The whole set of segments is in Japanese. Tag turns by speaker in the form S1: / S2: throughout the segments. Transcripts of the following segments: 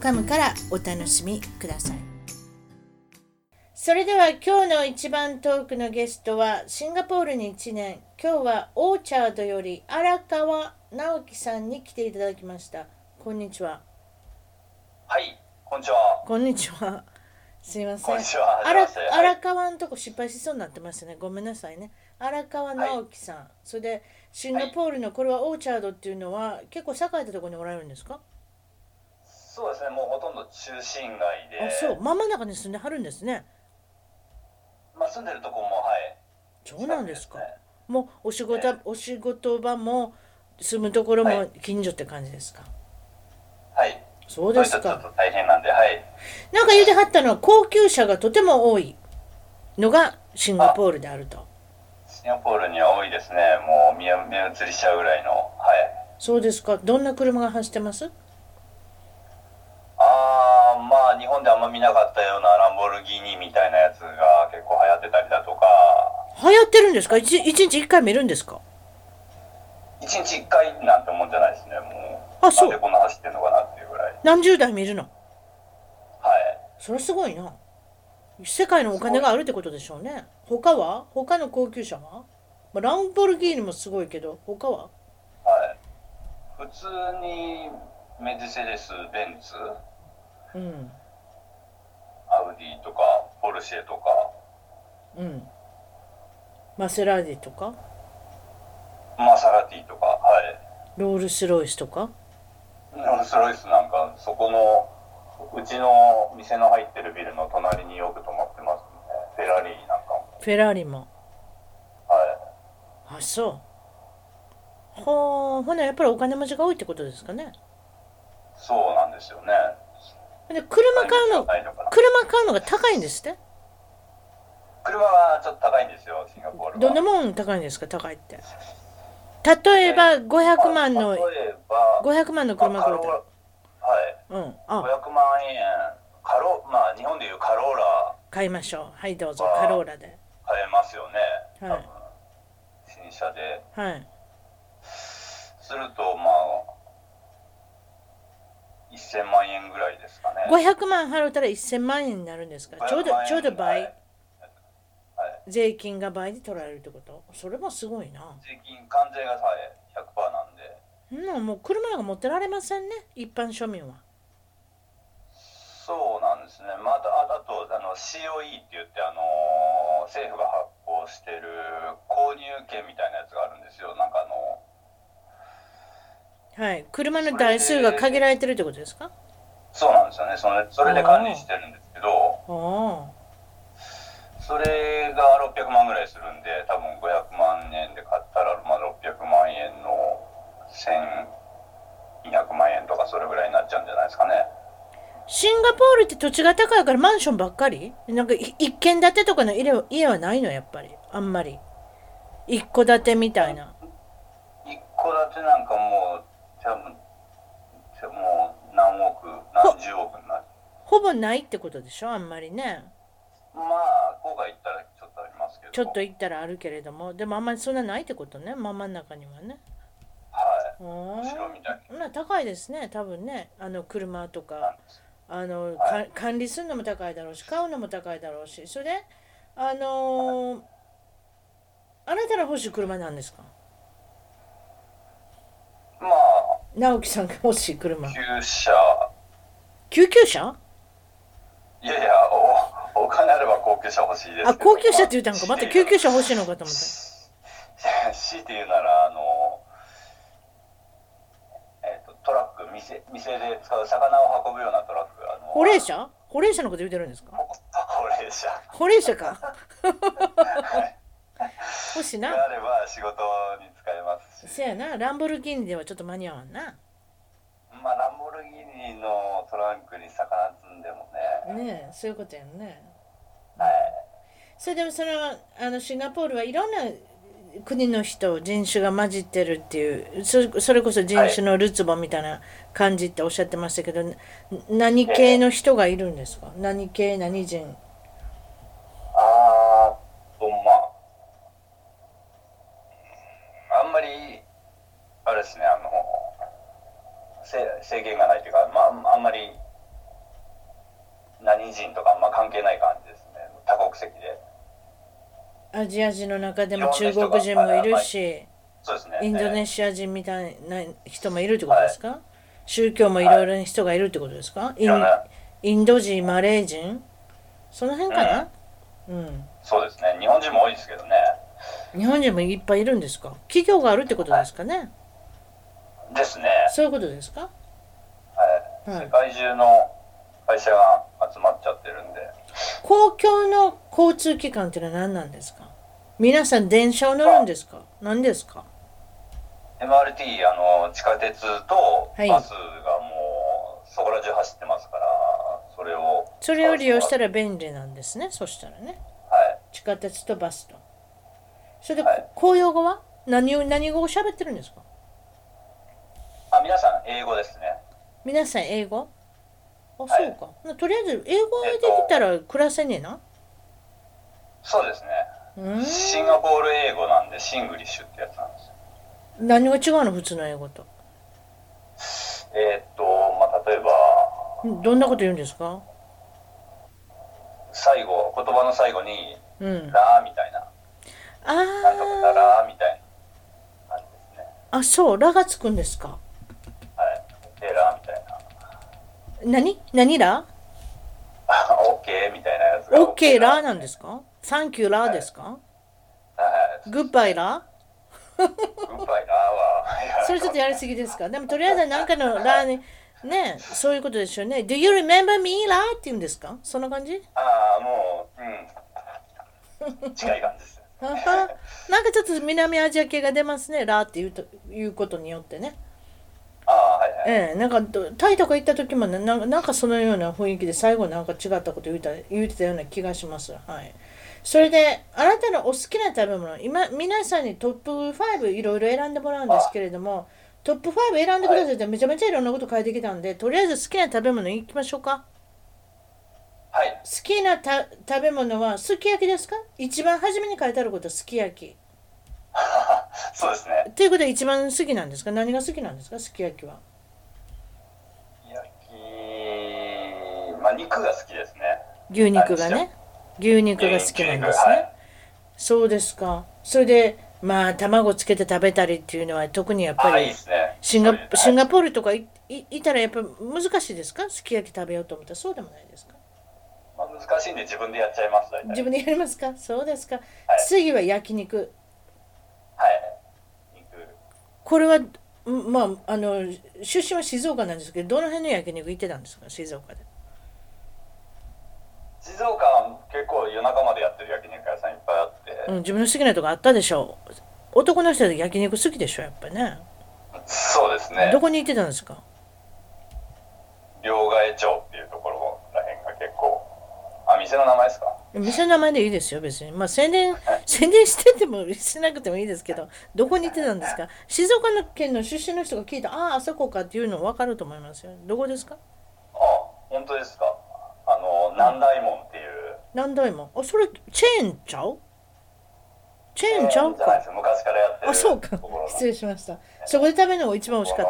S1: .com からお楽しみくださいそれでは今日の一番トークのゲストはシンガポールに1年今日はオーチャードより荒川直樹さんに来ていただきましたこんにちは
S2: はい、こんにちは。
S1: こんにちはすいません
S2: こんにちは。
S1: 荒
S2: はじめまして
S1: 荒川のとこ失敗しそうになってましたねごめんなさいね荒川直樹さん、それでシンガポールのこれはオーチャードっていうのは結構栄えたところにおられるんですか、
S2: そうですね、もうほとんど中心街で。
S1: あそう真ん中に住んではるんですね
S2: まあ、住んでるとこも、はい。
S1: そうなんですか
S2: 近く
S1: もうお仕事、
S2: え
S1: お仕事場も住むところも
S2: は
S1: 近所って感じですか、
S2: ねはい。
S1: そうです
S2: それとちょ
S1: か
S2: っと大変なんで、はい。
S1: なんか言うてはったのは高級車がとても多いのがシンガポールであると
S2: シンガポールには多いですね。もう見え目移りしちゃうぐらいの。はい。
S1: そうですかどんな車が走ってます
S2: あー、まあ、日本であんま見なかったようなランボルギーニみたいなやつが結構流行ってたりだとか、
S1: 流行ってるんですか一一日一回見るんですか
S2: 一日一回なんてもんじゃないですね、もう。
S1: あそう
S2: なんでこんな走ってんのかなっていうぐらい。
S1: 何十台見るの
S2: はい。
S1: それはすごいな世界のお金があるってことでしょうね他は他の高級車は、まあ、ランボルギーニもすごいけど他は
S2: はい。普通に、メルセデス、ベンツ、
S1: うん
S2: アウディとか、ポルシェとか、
S1: うんマセラディとか
S2: マサラティとか、はい。
S1: ロールスロイスとか
S2: ロールスロイスなんか、そこの、うちの店の入ってるビルの隣によく泊まってますね。フェラリーなんかも。
S1: フェラーリもあ
S2: は
S1: そうほーほなやっぱりお金持ちが多いってことですかね
S2: い。そうなんですよね。
S1: で車買うの
S2: ないのかな
S1: 車買うのが高いんですって
S2: 車はちょっと高いんですよ、シンガポールは。
S1: どんなもん高いんですか高いって例えば500万の
S2: まあ例えば、
S1: 500万の車
S2: まあカ
S1: 買う
S2: ロー
S1: と
S2: ラ、はい。
S1: うんあ
S2: 500万円、カロ、まあ日本でいうカローラ
S1: 買いましょうはいどうぞ
S2: あー
S1: カローラで
S2: 買えますよね。多分
S1: はい
S2: 新車で。
S1: はい
S2: すると、まあ、1000万円ぐらいですかね。
S1: 500万払ったら1000万円になるんですかちょうど
S2: 500万円
S1: ちょうど
S2: はい
S1: 倍税金が倍で取られるってことそれもすごいな
S2: 税金、関税がさえ100%なんで、
S1: うんもう車なんか持ってられませんね一般庶民は
S2: そうなんですね。また、ああと、あの、COE って言って、あのー政府が発行してる購入券みたいなやつがあるんですよ。なんかあの、
S1: はい車の台数が限られてるってことですか
S2: そうなんですよね。それそれで管理してるんですけど、
S1: ああ
S2: それが600万ぐらいするんで、多分500万円で買ったら、まあ、600万円の1200万円とか、それぐらいになっちゃうんじゃないですかね。
S1: シンガポールって土地が高いからマンションばっかりなんかい一軒建てとかの家は家はないのやっぱりあんまり一戸建てみたいな
S2: 一戸建てなんかもう多分多分もう何億何十億になる
S1: ほぼないってことでしょあんまりね
S2: まあ郊外行ったらちょっとありますけど
S1: ちょっと行ったらあるけれどもでもあんまりそんなないってことねまあ真ん中にはね
S2: は
S1: う
S2: い後ろ
S1: ん
S2: みたい
S1: まあ高いですね多分ねあの車と
S2: な
S1: か
S2: んです
S1: あの、
S2: は
S1: か管理するのも高いだろうし買うのも高いだろうしそれであのーあなたの欲しい車なんですか
S2: まあ
S1: 直樹さんが欲しい車
S2: 旧車
S1: 救急車
S2: いやいやおお金あれば高級車欲しいですけど
S1: あ高級車って言ったんかま
S2: まあ
S1: た救急車欲しいのかと思った
S2: 強いて言うならあのえっ、とトラック店店で使う魚を運ぶようなトラックあの
S1: 保冷車保冷車のこと言うてるんですか
S2: 高齢者
S1: 保冷車か欲しい
S2: が
S1: な
S2: あれば仕事に使えますし
S1: せやなランボルギーニではちょっと間に合わんな
S2: まあ、ランボルギーニのトランクに魚
S1: ねえそういうことやんね
S2: はい
S1: それでもそのあのシンガポールはいろんな国の人人種が混じってるっていうそそれこそ人種のるつぼみたいな感じっておっしゃってましたけど、な何系の人がいるんですか何系何人
S2: あーとまああんまりあれですねあのせ制限がないというか、まあ、あんまり何人とかあんま関係ない感じですね多国籍で
S1: アジア人の中でも中国人もいるし
S2: そうですね
S1: インド
S2: え
S1: ネシア人みたいな人もいるってことですか、宗教もいろいろな人がいるってことですか、
S2: いろんな
S1: インインド人マレー人その辺かな、うん
S2: ーそうですね日本人も多いですけどね
S1: 日本人もいっぱいいるんですか企業があるってことですかね、
S2: ですね、
S1: そういうことですか
S2: はい
S1: はい
S2: 世界中の会社が集まっちゃってるんで
S1: 公共の交通機関っていうのは何なんですか皆さん電車を乗るんですか何ですか
S2: MRT あの地下鉄と
S1: はい
S2: バスがもうそこら中走ってますから、それを
S1: それを利用した
S2: ら
S1: ら便利なんですねそしたらね
S2: はい
S1: 地下鉄とバスとそれで、
S2: はい
S1: 公用語は何を何語を喋ってるんですか
S2: あ皆さん英語ですね
S1: 皆さん英語あ、
S2: はい
S1: そうかなとりあえず英語できたら暮らせねえな、
S2: そうですね
S1: うん
S2: シンガポール英語なんでシングリッシュってやつなんですよ
S1: 何が違うの普通の英語と
S2: えーっとまあ例えば
S1: どんなこと言うんですか
S2: 最後言葉の最後に
S1: うん
S2: 「ラー」みたいな
S1: あ
S2: 「なんとかだ
S1: ー
S2: ら」みたいな感じですね
S1: あそう「ら」がつくんですか
S2: はい「でラー」みたいな
S1: 何何ら
S2: 「あオッケー」みたいなやつが
S1: オッケーラーなんですかサンキューラーですか
S2: はい
S1: グッバイラ
S2: グッバイラーはいや
S1: ーそれちょっとやりすぎですかでもとりあえずなんかのラーにねそういうことでしょうね Do you remember me ラーって言うんですかそんな感じ
S2: ああもううん近い感 じです
S1: ははなんかちょっと南アジア系が出ますねラーっていうということによってね
S2: ああはいはい
S1: ええなんかどタイとか行った時もねなんかなんかそのような雰囲気で最後なんか違ったこと言うた言うてたような気がしますはいそれであなたのお好きな食べ物今皆さんにトップ5いろいろ選んでもらうんですけれどもトップ5選んでくださいってめちゃめちゃいろんなこと書いてきたんでとりあえず好きな食べ物いきましょうか
S2: はい
S1: 好きなた食べ物はすき焼きですか一番初めに書いてあることはすき焼き
S2: そうですね
S1: ということは一番好きなんですか何が好きなんですかすき焼きは
S2: 焼きまあ肉が好きですね
S1: 牛肉がね牛肉が好きなんです
S2: は
S1: ね
S2: い
S1: そうですかそれでまあ卵つけて食べたりっていうのは特にやっ
S2: あ
S1: ぱ
S2: あいい
S1: り
S2: ですね
S1: シンガ
S2: そういう
S1: シン
S2: はい
S1: ガポールとかいいいたらやっぱ難しいですかすき焼き食べようと思ったらそうでもないですか
S2: まあ、難しいんで自分でやっちゃいます大体
S1: 自分でやりますかそうですか次は焼肉
S2: はい肉
S1: これはんまああの出身は静岡なんですけどどの辺の焼肉行ってたんですか静岡で
S2: 静岡は結構夜中までやってる焼肉屋さんいっぱいあって、
S1: うん自分の好きなとこあったでしょう男の人で焼肉好きでしょやっぱね
S2: そうですね
S1: どこに行ってたんですか
S2: 両替町っていうところらへんが結構あ店の名前ですか
S1: 店の名前でいいですよ別にまあ宣伝 宣伝しててもしなくてもいいですけどどこに行ってたんですか静岡の県の出身の人が聞いたあああそこかっていうの分かると思いますよどこですか
S2: あ本当ですかあの南大門っていう
S1: 何台もあそれチェーンちゃうチェーンち
S2: じ
S1: ゃ
S2: ゃ
S1: う
S2: ないで
S1: か
S2: すよ昔からやってる
S1: あそうか
S2: ところ
S1: 失礼しましたそこで食べるのが一番美味しかっ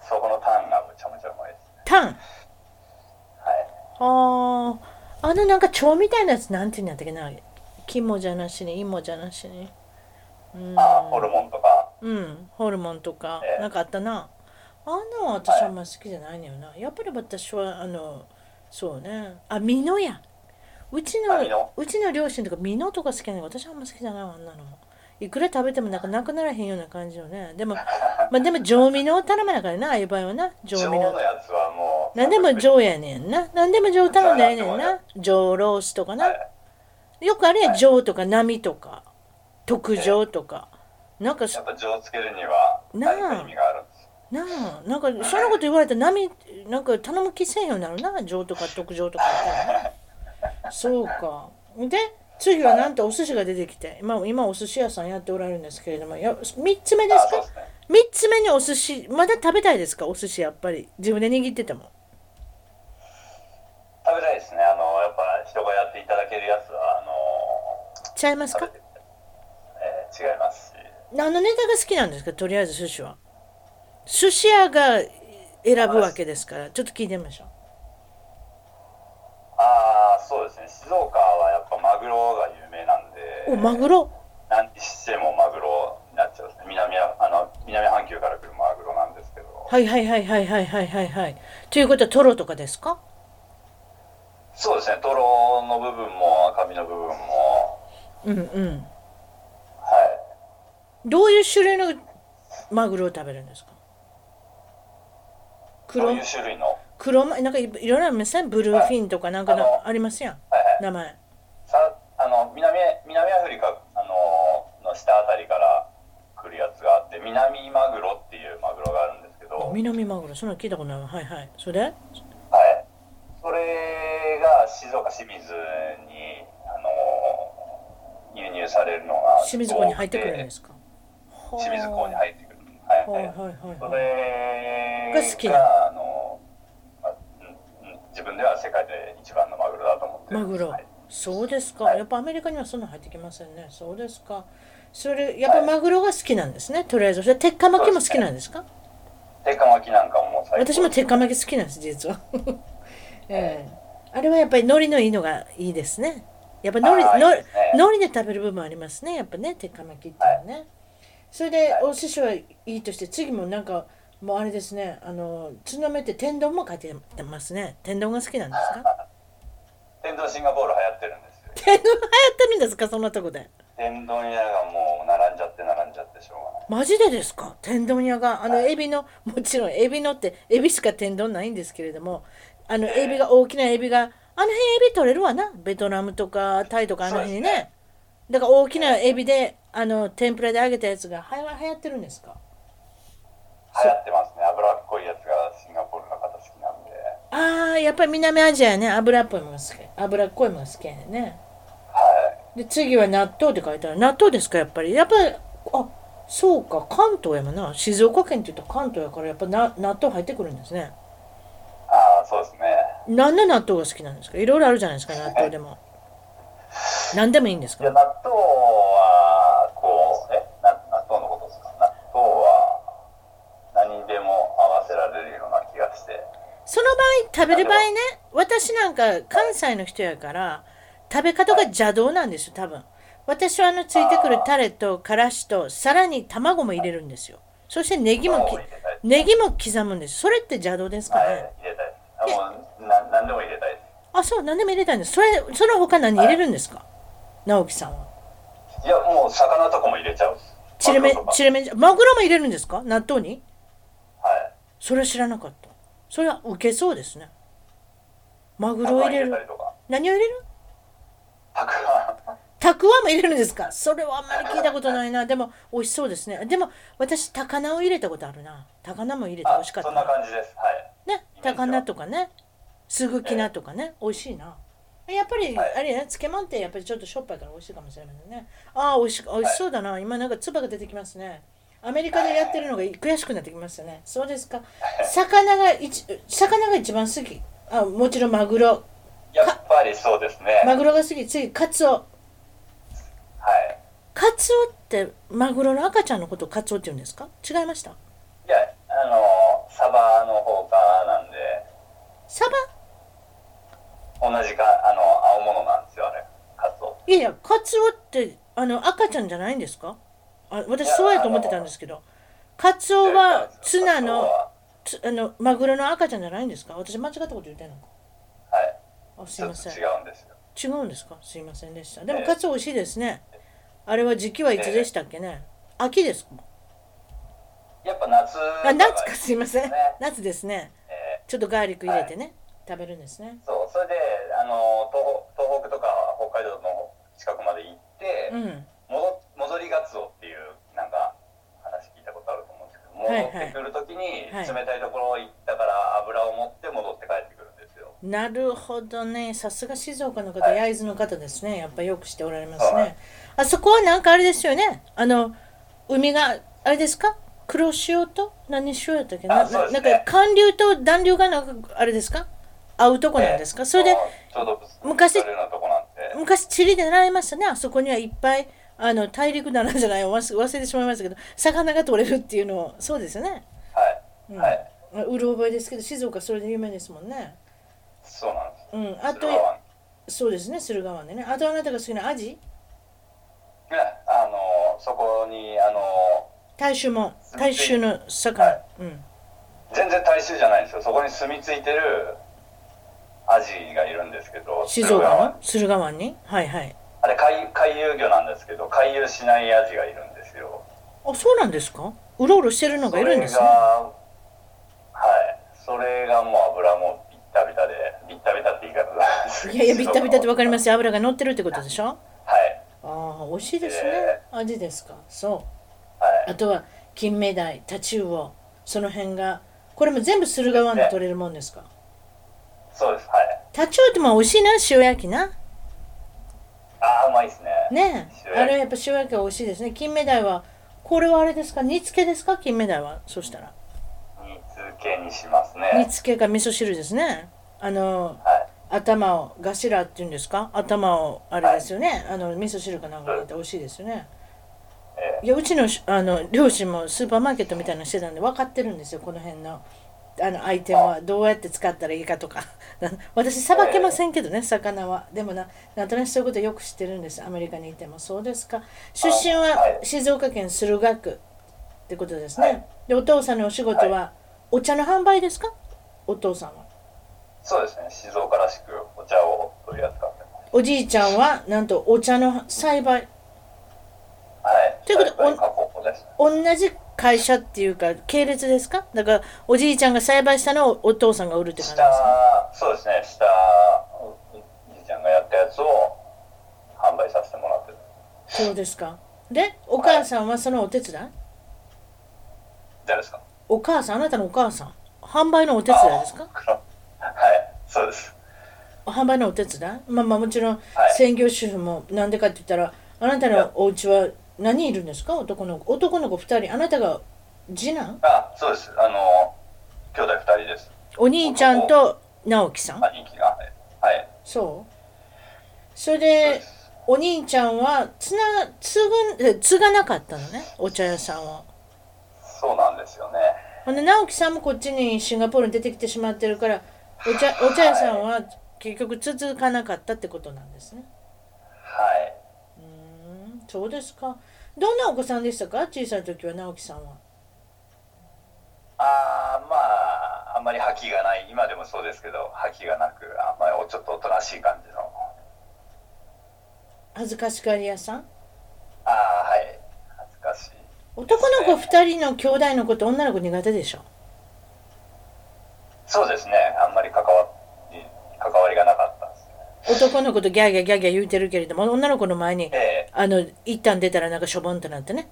S1: た
S2: そこのタンがむちゃむちゃうまいですね
S1: タン
S2: はい
S1: あああのなんか蝶みたいなやつなんていうんだったっけな肝じゃなしに芋じゃなしにうん
S2: あホルモンとか
S1: うん、ホルモンとか、
S2: ええ
S1: なんかあったな。あんなの私あんま好きじゃないのよな。やっぱり私は、あの、そうね。あ、美濃や。うち
S2: あ美濃
S1: の、うちの両親とか美濃とか好きなの私あんま好きじゃないわ、あんなの。いくら食べてもなんかなくならへんような感じよね。でも、まあでも、上味のを頼まなからな、ああいう場合はな。上
S2: 上
S1: 味
S2: の
S1: の。
S2: やつはもう
S1: なんでも上やねんな。なんでも上頼んだらええねん
S2: は
S1: な。上ロースとかな
S2: は。
S1: よくあれやん、上とか波とか、特上とか。なんかそ
S2: やっぱ上つけるには
S1: なあ
S2: 何か意味があるんですよ
S1: なあなんかそんなこと言われたら波なんか頼む気せんようになるな情とか特情とか言ったらなそうかで次はなんとお寿司が出てきて今今お寿司屋さんやっておられるんですけれどもや3つ目で
S2: あ
S1: す
S2: そう
S1: か
S2: ですね
S1: 3つ目にお寿司まだ食べたいですかお寿司やっぱり自分で握ってても
S2: 食べたいですねあのやっぱ人がやっていただけるやつはあの
S1: ちゃいます
S2: 食べ
S1: か
S2: てみたい、えー違いますし
S1: あのネタが好きなんですかとりあえず寿司は寿司屋が選ぶわけですからちょっと聞いてみましょう
S2: ああそうですね静岡はやっぱマグロが有名なんで
S1: おマグロ
S2: 何にしてもマグロになっちゃうんですね南はあの南半球から来るマグロなんですけど
S1: はいはいはいはいはいはいはいはいということはトロとかですか
S2: そうですねトロの部分も赤身の部分も
S1: うんうん
S2: はい
S1: どういう種類のマグロを食べるんですか
S2: ど
S1: 黒
S2: ういう種類の
S1: 黒まなんかいいろいろありませんブルーフィンとかなんかな
S2: あの
S1: ありますやん
S2: はいはい
S1: 名前
S2: さあの南南アフリカあのの下あたりから来るやつがあって南マグロっていうマグロがあるんですけど、はい、
S1: 南マグロそんなの聞いたことないわはいはいそれ
S2: それが静岡清水にあの輸入されるのが
S1: 清水港に入ってくるんですか
S2: 清水港に入ってくるはい、
S1: はい
S2: はい、
S1: はいはい
S2: そ
S1: はい
S2: れ
S1: が好き
S2: があの、まあうんうん自分では世界で一番のマグロだと思ってる
S1: マグロ
S2: はい、
S1: そうですか
S2: はい
S1: やっぱアメリカにはそんなの入ってきませんねそうですかそれやっぱマグロが好きなんですねとりあえずそれ鉄火巻きも好きなんですか
S2: 鉄火巻きなんかももう最高
S1: 私も鉄火巻き好きなんです実は、 ええあれはやっぱり海苔のいいのがいいですねやっぱ海苔
S2: あー
S1: の
S2: いいですね
S1: 海苔で食べる部分もありますねやっぱね鉄火巻きっていうのはねそれでお寿司はいいとして次もなんかもうあれですねあのつのめって天丼も書いてます ね天丼が好きなんですか
S2: 天丼シンガポール流行ってるんですよ
S1: 天丼流行ってるんですかそんなとこで
S2: 天丼屋がもう並んじゃって並んじゃってしょうがない
S1: マジでですか天丼屋があのエビのもちろんエビのってエビしか天丼ないんですけれどもあのエビが大きなエビがあの辺エビ取れるわなベトナムとかタイとかあの辺に
S2: そうで
S1: ねだから大きなエビであの天ぷらで揚げたやつがはや流行ってるんですか
S2: 流行ってますね脂っこいやつがシンガポールの方好きなんで
S1: あーやっぱり南アジアやね油っぽいものが好き油っこいものが好きやねんね
S2: はい
S1: で次は納豆って書いてある納豆ですかやっぱりやっぱりあそうか関東やもんな静岡県って言ったら関東やからやっぱな納豆入ってくるんですね
S2: ああそうですね
S1: 何の納豆が好きなんですかいろいろあるじゃないですか納豆でも何でもいいんです
S2: いや
S1: か
S2: 納豆はこうえな納豆のことですか納豆は何でも合わせられるような気がして
S1: その場合食べる場合ね私なんか関西の人やから食べ方が邪道なんですよ多分私はあのついてくるタレとからしとさらに卵も入れるんですよそしてネギも
S2: 卵を入れたり
S1: きネギも刻むんですそれって邪道ですか
S2: は
S1: ね
S2: い入れたいあもうな何でも入れたいで
S1: あそう何でも入れたんですそれその他何入れるんですか直樹さんは
S2: すいやもう魚とかも入れちゃう
S1: ちりめ
S2: マグロとか
S1: ちりめんじゃマグロも入れるんですか納豆に
S2: はい
S1: それは知らなかったそれはウケそうですねマグ
S2: たく
S1: ロを
S2: あん
S1: 入れ
S2: 入れ
S1: る
S2: たりとか
S1: 何を入れる
S2: たくあん
S1: たくあんも入れるんですかそれはあんまり聞いたことないなでも美味しそうですねでも私高菜を入れたことあるな高菜も入れて美
S2: あ
S1: 味しかっ
S2: そ
S1: た
S2: んな
S1: な
S2: 感じですはい
S1: ね高菜とかねすぐき菜とかね美味しいなやっぱり
S2: はい
S1: あれやね漬物ってやっぱりちょっとしょっぱいから美味しいかもしれませんねああ美味し美味しそうだな今なんか唾が出てきますねアメリカでやってるのが悔しくなってきましたねそうですか魚が一魚が一番好きあもちろんマグロ
S2: やっぱりそうですね。は
S1: マ
S2: い。
S1: グロが好き次カツオカツオってマグロの赤ちゃんのことをカツオって言うんですか違いました
S2: いや、あのサバの方かなんで、
S1: サバ
S2: 同じか、あの、青物なんですよ、あれ。カツオ。
S1: いやいやカツオってあの赤ちゃんじゃないんですかあ私そうやと思ってたんですけどカツオはツナ
S2: カツオ
S1: の
S2: は
S1: つあのマグロの赤ちゃんじゃないんですか私間違ったこと言ってんのか
S2: はい。
S1: あす
S2: ち
S1: い
S2: ょ
S1: ま
S2: っと
S1: せん
S2: 違うんですよ。
S1: 違うんですかすいませんでしたでも
S2: ええ
S1: カツオ美味しいですねあれは時期はいつでしたっけね秋ですか
S2: やっぱ夏と
S1: あ
S2: か。
S1: 夏かすいません
S2: ね
S1: 夏ですね
S2: え
S1: ちょっとガーリック入れてね食べるんですね
S2: ーそう、それで、あの東北、東北とか北海道の近くまで行って、
S1: うん
S2: 戻戻りガツオっていう、なんか、話聞いたことあると思うんですけども、
S1: はいはい
S2: 戻ってくるときに、
S1: はい
S2: 冷たいところ行ったから油を持って戻って帰ってくるんですよ。
S1: なるほどね。さすが静岡の方、
S2: はい
S1: 焼津の方ですね。やっぱよくしておられます
S2: は
S1: ね
S2: い。
S1: あそこはなんかあれですよね。あの、海が、あれですか黒潮と何潮やったっけな,、
S2: あそうです
S1: なん
S2: ね
S1: か寒流と暖流がなんかあれですか合うとこなんですか、
S2: ええ
S1: それで
S2: あーちょうど
S1: 昔
S2: ぶつかるようなとこなんで。
S1: 昔地理で習いましたねあそこにはいっぱいあの大陸だなんじゃない忘忘れてしまいましたけど魚が取れるっていうのをそうですよね、
S2: はい、
S1: うん
S2: はい、
S1: うる覚えですけど静岡それで有名ですもんね
S2: そうなんです。
S1: うんあと
S2: 駿河湾
S1: そうですね駿河湾でねあとあなたが好きなアジ
S2: ねあのそこにあの
S1: 大衆も大衆の魚、
S2: はい
S1: うん
S2: 全然大衆じゃないんですよそこに住み着いてるアジがいるんですけど
S1: 静
S2: 駿河
S1: 岡
S2: 湾
S1: の駿河湾にはいはい
S2: あれ回回遊魚なんですけど回遊しないアジがいるんですよ
S1: あそうなんですかうろうろしてるのがいるんです
S2: そ
S1: ね
S2: れがはいそれがもう油もビッタビタでビッタビタって言い方なんですけど
S1: いやいやビッタビタってわかりますすよ油が乗ってるってことでしょ
S2: はい
S1: ああ美味しいですね
S2: え
S1: アジですかそう
S2: はい
S1: あとは金目鯛タチウオその辺がこれも全部駿河湾で取れるもんですか
S2: そうですはい
S1: タチウオってまあ美味しいな塩焼きな
S2: ああうまいですね
S1: ねえ
S2: 塩焼き
S1: あれはやっぱ塩焼きが美味しいですね金目鯛はこれはあれですか煮付けですか金目鯛はそしたら
S2: 煮付けにします
S1: 煮
S2: ね
S1: 付けか味噌汁ですねあの
S2: はい
S1: 頭をガシラっていうんですか頭をあれですよねあの味噌汁かなんか入れて美味しいですよねいやうちのしあの両親もスーパーマーケットみたいなのしてたんで分かってるんですよこの辺のあのアイテムはどうやって使ったらいいかとか な私さばけませんけどね魚はでもななんとなくそういうことよく知ってるんですアメリカにいてもそうですか出身
S2: はい
S1: は静岡県駿河区ってことですね、
S2: はい
S1: でお父さんのお仕事はお茶の販売ですかお父さんは
S2: そうですね静岡らしくお茶を取り扱ってます
S1: おじいちゃんはなんとお茶の栽培
S2: はい
S1: ということで
S2: 栽培加工ですね
S1: 同じ会社っていうか系列ですかだからおじいちゃんが栽培したのをお父さんが売るって感じです
S2: 下
S1: か
S2: そうですね下おじいちゃんがやったやつを販売させてもらってる
S1: そうですかでお母さんはそのお手伝い
S2: 誰ですか
S1: お母さんあなたのお母さん販売のお手伝いですか
S2: あはいそうです
S1: 販売のお手伝いまあまあもちろん
S2: はい
S1: 専業主婦もなんでかって言ったらあなたのお家は何人いるんですか男の子男の子2人あなたが次男
S2: あそうですあの兄弟二人です
S1: お兄ちゃんと直樹さん
S2: 兄貴がはいはい
S1: そうそれ
S2: そう
S1: で
S2: です
S1: お兄ちゃんはつな継ぐえ継がなかったのねお茶屋さんを
S2: そうなんですよね
S1: ほんで直樹さんもこっちにシンガポールに出てきてしまってるからお茶お茶屋さんは結局続かなかったってことなんですね
S2: はい
S1: ー
S2: う
S1: んそうですかどんなお子さんでしたか小さい時は直樹さんは
S2: あーまああんまり覇気がない今でもそうですけど覇気がなくあんまりおちょっとおとなしい感じの
S1: 恥ずかしがり屋さん
S2: ああはい恥ずかしい
S1: 男の子2人の兄弟の子と女の子苦手でしょ
S2: そうですねあんまり関わり関わりがなかったですね
S1: 男の子とギャーギャーギャーギャー言うてるけれども女の子の前に
S2: ええ
S1: あの一旦出たらなんかしょぼんとなってね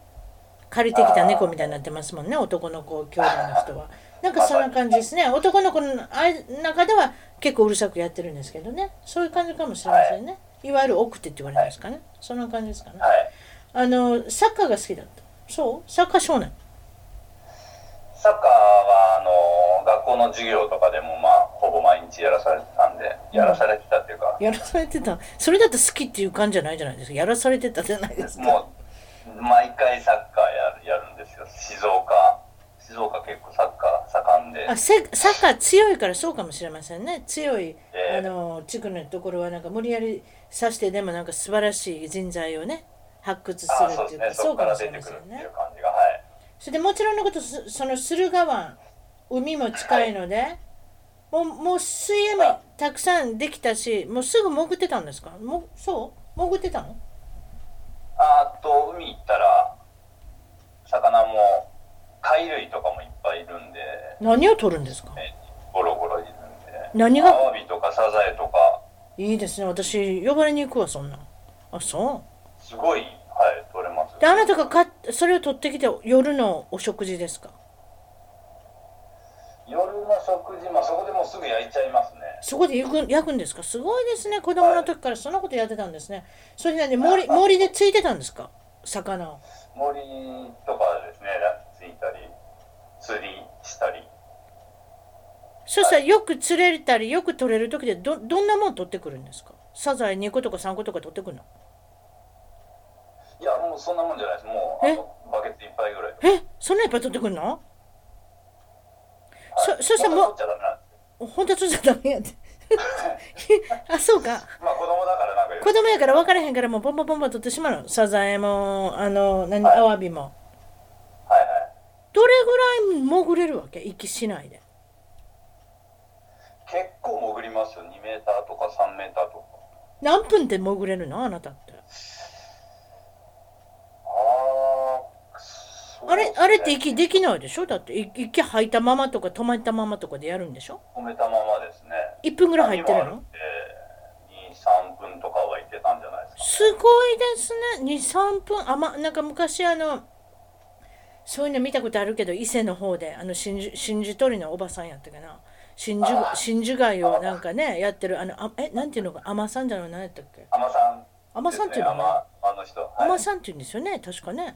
S1: 借りてきた猫みたいになってますもんね男の子兄弟の人はなんかそんな感じですね男の子のあい中では結構うるさくやってるんですけどねそういう感じかもしれませんね、い、わゆる奥手って言われるんですかね、そんな感じですかね
S2: はい
S1: あのサッカーが好きだったそうサッカー少年
S2: サッカーはあの学校の授業とかでもまあほぼ毎日やらされてたんでやらされてたっていうか、
S1: やらされてたそれだと好きっていう感じじゃないじゃないですかやらされてたじゃないですか
S2: もう毎回サッカーやるやるんですよ静岡静岡結構サッカー盛んで
S1: あせサッカー強いからそうかもしれませんね強い、
S2: ええ
S1: あの地区のところはなんか無理やりさしてでもなんか素晴らしい人材をね発掘する
S2: あそう
S1: ってい
S2: です
S1: う
S2: ね
S1: か
S2: そ
S1: そう
S2: こ
S1: か
S2: か
S1: も
S2: ら
S1: し
S2: 出
S1: れ
S2: て
S1: ま
S2: く
S1: せ
S2: るって
S1: ん
S2: い
S1: ね
S2: う感じがはい
S1: それでもちろんのことすその駿河湾海も近いので、もうもう水泳もたくさんできたしもうすぐ潜ってたんですかもそう潜ってたの
S2: ああと海行ったら魚も貝類とかもいっぱいいるんで、
S1: 何を取るんですか
S2: ねゴロゴロいるんで
S1: 何
S2: ア
S1: が
S2: ワビとかサザエとか
S1: いいですね私呼ばれに行くわそんなんあそう
S2: すごいはい取れます
S1: であなたがかそれを取ってきて夜のお食事ですか
S2: の食事、まあ、そこでもうすぐ焼いちゃいますね。
S1: そこで焼く焼くんですかすごいですね子供の時からそんなことやってたんですねそれなりに森森でついてたんですか魚を
S2: 森とかですね、ラッキーついたり、釣りしたり。
S1: そしたらよく釣れたりよく取れる時でどどんなもん取ってくるんですかサザエ2個とか3個とか取ってくるの
S2: いや、もうそんなもんじゃないです。もう、あ
S1: え
S2: のバケツいっぱいぐらい。
S1: えそんないっぱい取ってくるのそそしても
S2: まだ取っちゃダメなんですよ
S1: う本当は釣っちゃダメやって あそうか
S2: まあ、子供だからなんかよ
S1: 子供やから分からへんからもうボンボンボンボン取ってしまうのサザエもあの何
S2: はい
S1: アワビも
S2: はいはい。
S1: どれぐらい潜れるわけ息しないで
S2: 結構潜りますよ。2メーターとか3メーターとか。
S1: 何分で潜れるのあなたって
S2: ああ、そう
S1: あれ
S2: ですね
S1: あれって息できないでしょだってい息吐いたままとか止まったままとかでやるんでしょ
S2: 止めたままですね。
S1: 1分ぐらい入ってるの
S2: えー、2、3分とかはいってたんじゃないですか。
S1: すごいですね23分あまなんか昔あのそういうの見たことあるけど伊勢の方であの真珠真珠取りのおばさんやったかな真珠
S2: あ
S1: 真珠貝をなんかねやってるあのあえなんていうのか海女さんじゃない何やったっけ
S2: あまさん、
S1: 海女さんっていうの
S2: ね。
S1: は、ね
S2: あま、あの人。はい。
S1: 海
S2: は
S1: 女さんっていうんですよね確かね
S2: い。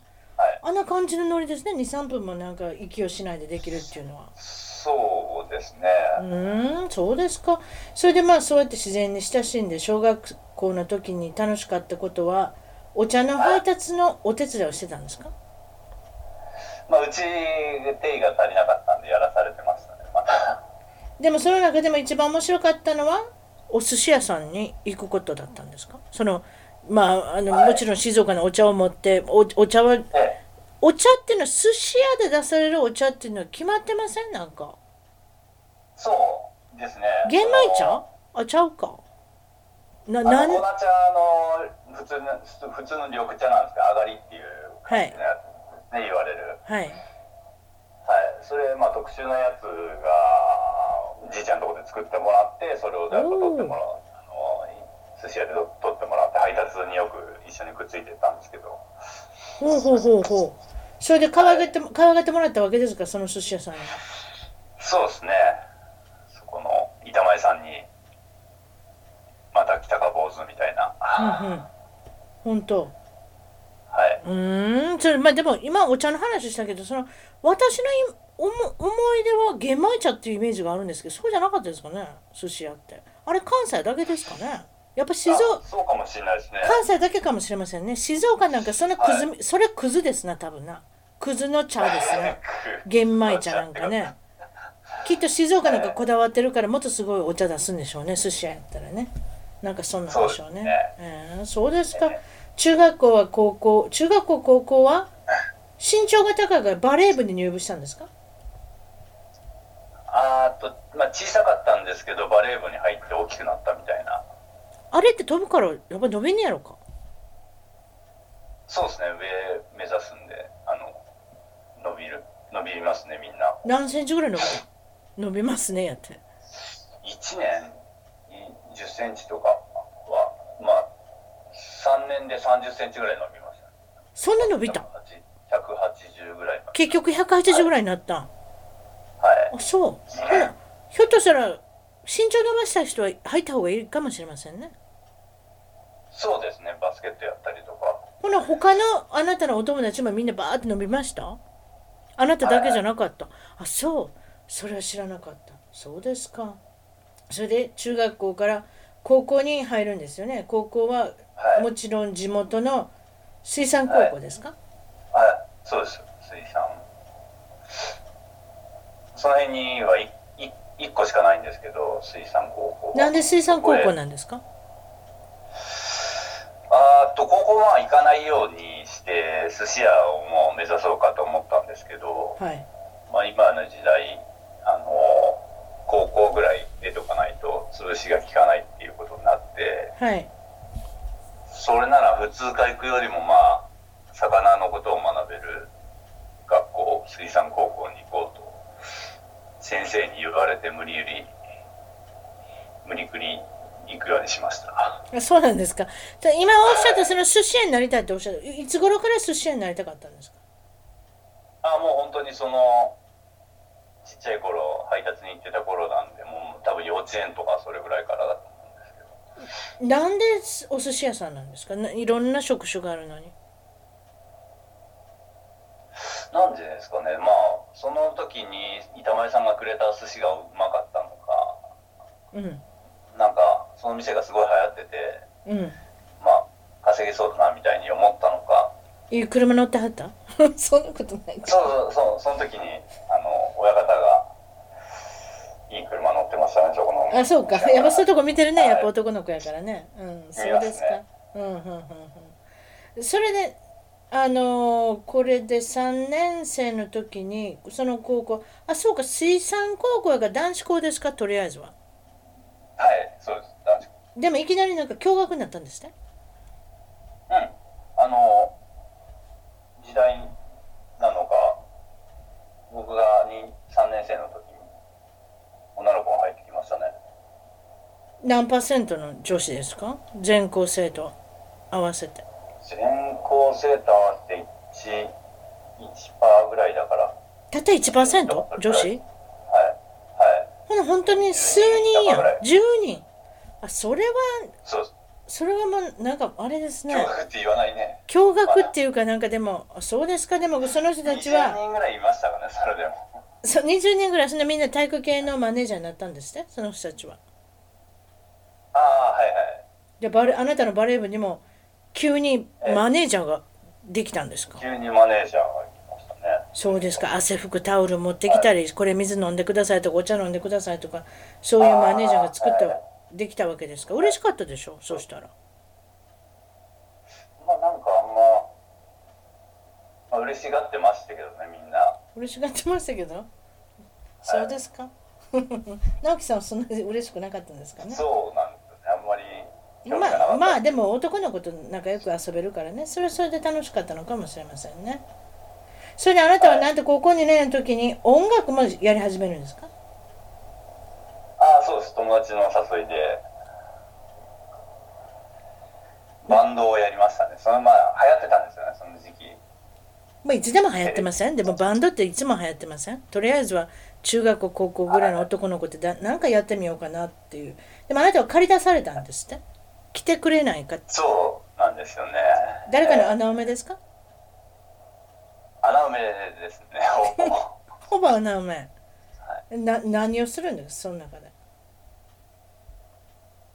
S1: あんな感じのノリですね23分もなんか息をしないでできるっていうのは
S2: そうですね。
S1: うーんそうですかそれでまあそうやって自然に親しんで小学校の時に楽しかったことはお茶の配達のお手伝いをしてたんですか
S2: まあ、うち、定位が足りなかったんで、やらされてましたね、また。
S1: でもその中でも一番面白かったのはお寿司屋さんに行くことだったんですかそのまああのもちろん静岡のお茶を持っておお茶は
S2: ええ
S1: お茶っていうのは寿司屋で出されるお茶っていうのは決まってませんなんか
S2: そうですね。
S1: 玄米茶あちゃうかな
S2: あの
S1: なん
S2: 粉茶の普通の普通の緑茶なんですけど、上がりっていう感じのやつ、ね言われる。
S1: はい
S2: はい。それ、まあ、特殊なやつが、じいちゃんのとこで作ってもらって、それをやっぱ取ってもらう。あの寿司屋で取取ってもらって配達によく一緒にくっついてたんですけど
S1: ほうほうほうほう。それで可愛がっても可愛がってもらったわけですか、その寿司屋さんに。
S2: そうですねそこの板前さんにまた来たか坊主みたいな、
S1: うんうん。本当。
S2: はい、
S1: うーん。それまあでも今お茶の話したけど、その私のい思思い出は玄米茶っていうイメージがあるんですけど、そうじゃなかったですかね、寿司屋って。あれ関西だけですかね。やっぱ静
S2: あ
S1: 岡
S2: そうかもしれないですね
S1: 関西だけかもしれませんね。静岡なんかそのくず、それくずですな多分な。くずの茶ですね。玄米茶なんかねきっと静岡なんかこだわってるからもっとすごいお茶出すんでしょうね寿司屋やったらねなんかそんなんでしょうね
S2: そうです
S1: えーそうですか中学校は高校中学校高校は身長が高いからバレー部に入部したんですか
S2: あーっと、まあ、小さかったんですけどバレー部に入って大きくなったみたいな
S1: あれって飛ぶからやっぱり伸びんねやろか
S2: そうですね上目指すんであの伸びる伸びますねみんな
S1: 何センチぐらい伸びた伸びますねやって
S2: 1年1 0ンチとかはまあ3年で3 0ンチぐらい伸びました
S1: そんな伸びた
S2: 180ぐらいまで
S1: 結局180ぐらいになった
S2: はい
S1: あそうほらひょっとしたら身長伸ばした人は入った方がいいかもしれませんね
S2: そうですねバスケットやったりとか
S1: ほな他のあなたのお友達もみんなバーって伸びましたあなただけじゃなかったあそうそれは知らなかったそうですかそれで中学校から高校に入るんですよね高校は
S2: はい
S1: もちろん地元の水産高校ですか、
S2: はいそうです水産その辺には 1, 個しかないんですけど水産高校
S1: なんで水産高校なんですか
S2: あーっと高校は行かないようにして寿司屋をもう目指そうかと思ったんですけど、
S1: はい
S2: まあ、今の時代あの高校ぐらい出とかないと潰しが効かないっていうことになって
S1: はい
S2: それなら普通科行くよりもまあ魚のことを学べる学校水産高校に行こうと先生に言われて無理やり無理くり行くようにしました
S1: あそうなんですかじゃあ今おっしゃったその寿司屋になりたいっておっしゃったいいつ頃から寿司屋になりたかったんですか
S2: あもう本当にそのちっちゃい頃配達に行ってた頃なんでもう多分幼稚園とかそれぐらいからだと思うんですけど
S1: なんでお寿司屋さんなんですかないろんな職種があるのに
S2: なんでですかねまあその時に板前さんがくれた寿司がうまかったのか
S1: うん
S2: なんかその店がすごい流行
S1: う
S2: ってて
S1: ん
S2: まあ稼げそうだなみたいに思ったのか
S1: え車乗ってはった そんなことないか
S2: そうそうそうその時にあの親方がいい車乗ってましたねそこの
S1: あそうかやっぱそういうとこ見てるね
S2: はい
S1: やっぱ男の子やからねうんそうですか、うんうんうんうんそれであのーこれで3年生の時にその高校あそうか水産高校やから男子校ですかとりあえずは
S2: はいそうです男子
S1: でもいきなりなんか共学になったんですね
S2: うん、あの時代なのか僕がに3年生の時に女の子が入ってきましたね
S1: 何パーセントの女子ですか全校生徒合わせて
S2: 全校生徒合わせて 1, 1%ぐらいだからは
S1: たった 1%? 女子
S2: いはい
S1: ほな本当に数人やん10人あそれは
S2: そう
S1: それはもうなんかあれですね
S2: 驚愕って言わないね
S1: 驚愕っていうかなんかでもあそうですかでもその人たち
S2: 20
S1: は
S2: 人ぐらいいましたかねそれでも
S1: そう20年ぐらいそのみんな体育系のマネージャーになったんですねその人たちは
S2: ああはいはい
S1: でバレあなたのバレー部にも急にマネージャーができたんですか
S2: 急にマネージャーが来ましたね
S1: そうですか汗拭くタオル持ってきたりこれ水飲んでくださいとかお茶飲んでくださいとかそういうマネージャーが作っ
S2: あー
S1: たできたわけですか嬉しかったでしょそうしたら
S2: まあなんかあんま、まあ、嬉しがってましたけどねみんな
S1: 嬉しがってましたけどそうですか 直樹さんはそんなに嬉しくなかったんですかね
S2: そうなんですよね。あんまり興味がな
S1: ま
S2: か
S1: あ
S2: った。
S1: まあでも男の子と仲良く遊べるからねそれはそれで楽しかったのかもしれませんねそれであなたはなんと高校2年の時に音楽もやり始めるんですか
S2: ああ、そうです。友達の誘いで。バンドをやりましたね。そのまあ流行ってたんですよね、その時期。
S1: まあいつでも流行ってませんでもバンドっていつも流行ってませんとりあえずは中学校高校ぐらいの男の子ってだなんかやってみようかなっていうでもあなたは借り出されたんですって来てくれないか
S2: そうなんですよね。
S1: 誰かの
S2: えー
S1: 穴埋めですか
S2: 穴埋めですね。ほぼ
S1: ほぼ穴埋めな何をするんですその中で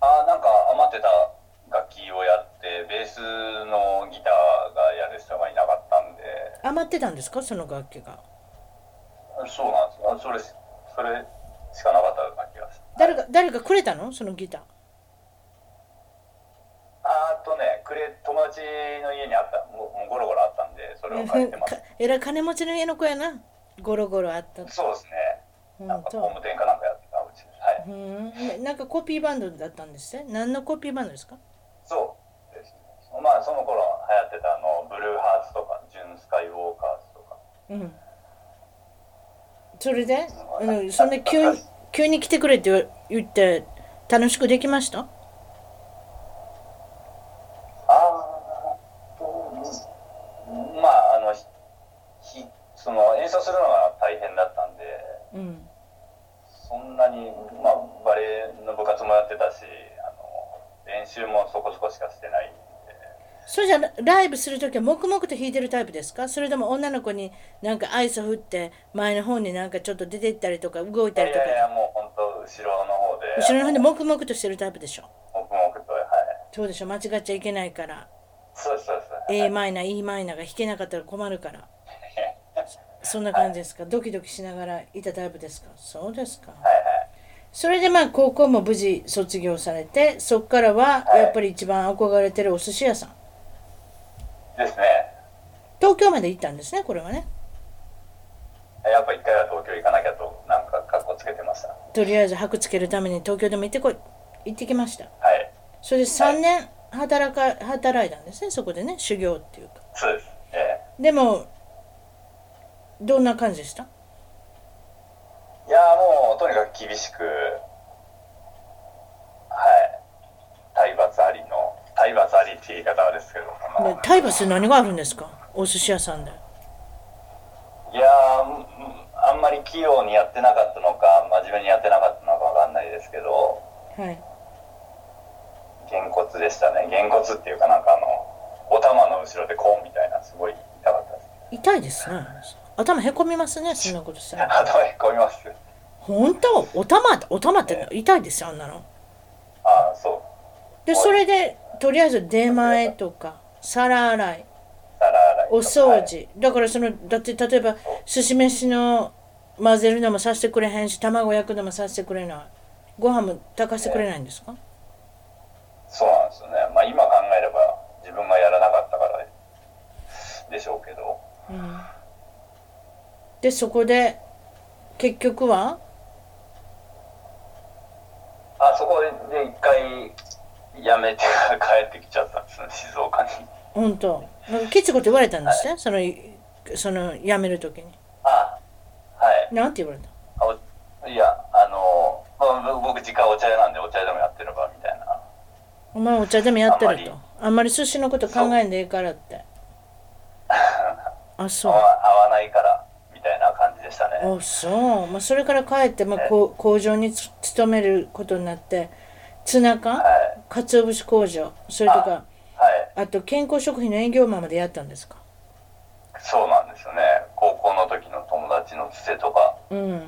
S2: ああ、なんか余ってた楽器をやって、ベースのギターがやる人がいなかったんで、
S1: 余ってたんですかその楽器が
S2: そうなんですよ。あそれし、それしかなかった楽器がした。
S1: 誰か誰かくれたのそのギター
S2: あーっとね、くれ友達の家にあった、もうもうゴロゴロあったんで、それを借りてます。
S1: えらい金持ちの家の子やなゴロゴロあった
S2: そうですね。なん
S1: 本
S2: か工
S1: 当
S2: 務店かなんかやってたうちです。はい。
S1: うんなんかコピーバンドだったんですね何のコピーバンドですか
S2: そうですね。まあその頃流行ってたあのブルーハーツとかジュンスカイウォーカーズとか。
S1: うんそれで、うん、そんな急に急に来てくれって言って楽しくできました
S2: あーどううんまああのひひその演奏するのが大変だったんで、
S1: うん
S2: そんなにまあバレエの部活もやってたし、あの練習もそこそこしかしてないんで。
S1: それじゃあライブする時は黙々と弾いてるタイプですかそれとも女の子になんかアイス振って前の方になんかちょっと出て行ったりとか動い
S2: い
S1: た
S2: や
S1: り
S2: い
S1: とか
S2: やいやもう本当後ろの方で
S1: 後ろの方で黙々としてるタイプでしょ
S2: 黙々とはい
S1: そうでしょ間違っちゃいけないから
S2: そうですそうです、はい
S1: A マイナー E マイナーが弾けなかったら困るからそんな感じですかドキドキしながらいたタイプですかそうですか
S2: はいはい
S1: それでまあ高校も無事卒業されてそっからは
S2: はい
S1: やっぱり一番憧れてるお寿司屋さん
S2: ですね
S1: 東京まで行ったんですねこれはね
S2: やっぱ一回は東京行かなきゃとなんか格好つけてましたは
S1: とりあえず箔つけるために東京でも行ってこい行ってきました
S2: い
S1: それで3年働か働いたんですねそこでね修行っていうか
S2: そうですえ
S1: でもどんな感じでした
S2: えいやもうとにかく厳しくはい体罰ありの体罰ありって言い方はですけど、まあ
S1: ね体罰何があるんですかお寿司屋さんで
S2: いやーうんあんまり聞器用にやってなかったのか真面目にやってなかったのかわかんないですけど
S1: はい。
S2: げんこつでしたねげんこつっていうかなんかあのお玉の後ろでコーンみたいなすごい痛かったです
S1: 痛いですね。頭へこみますね、そんなことしたら。
S2: 頭へこみます
S1: 本当お玉、お玉って痛いですよ、あんなの。
S2: ああそう
S1: で、それで、とりあえず出前とか、皿洗い、
S2: 皿洗いとか
S1: お掃除。だからその、だって例えば、寿司飯の混ぜるのもさせてくれへんし、卵焼くのもさせてくれない。ご飯も炊かせてくれないんですか
S2: そうなんですよね。まあ今考えれば自分がやらなかったからでしょうけど、
S1: うん。で、そこで、結局は
S2: あそこで一回辞めて帰ってきちゃったんですね、静岡に。
S1: 本当なんかきついこと言われたんですね、そのその辞める時に
S2: あ、はい。
S1: なんて言われた
S2: あおいや、あの、まあ、ぼ僕実家お茶屋なんでお茶屋でもやってればみたいな。
S1: お前お茶でもやってる
S2: あん
S1: と
S2: ま
S1: あんまり寿司のこと考えんでいいからってあ
S2: 合
S1: そう
S2: わ合わないからみたいな感じでしたね。
S1: あそう、まあ、それから帰って、まあ、こう工場につ勤めることになってツナ缶
S2: はい。
S1: 鰹節工場それとか
S2: はい。
S1: あと健康食品の営業マンまでやったんですか
S2: そうなんですよね。高校の時の友達のつてとか、
S1: うん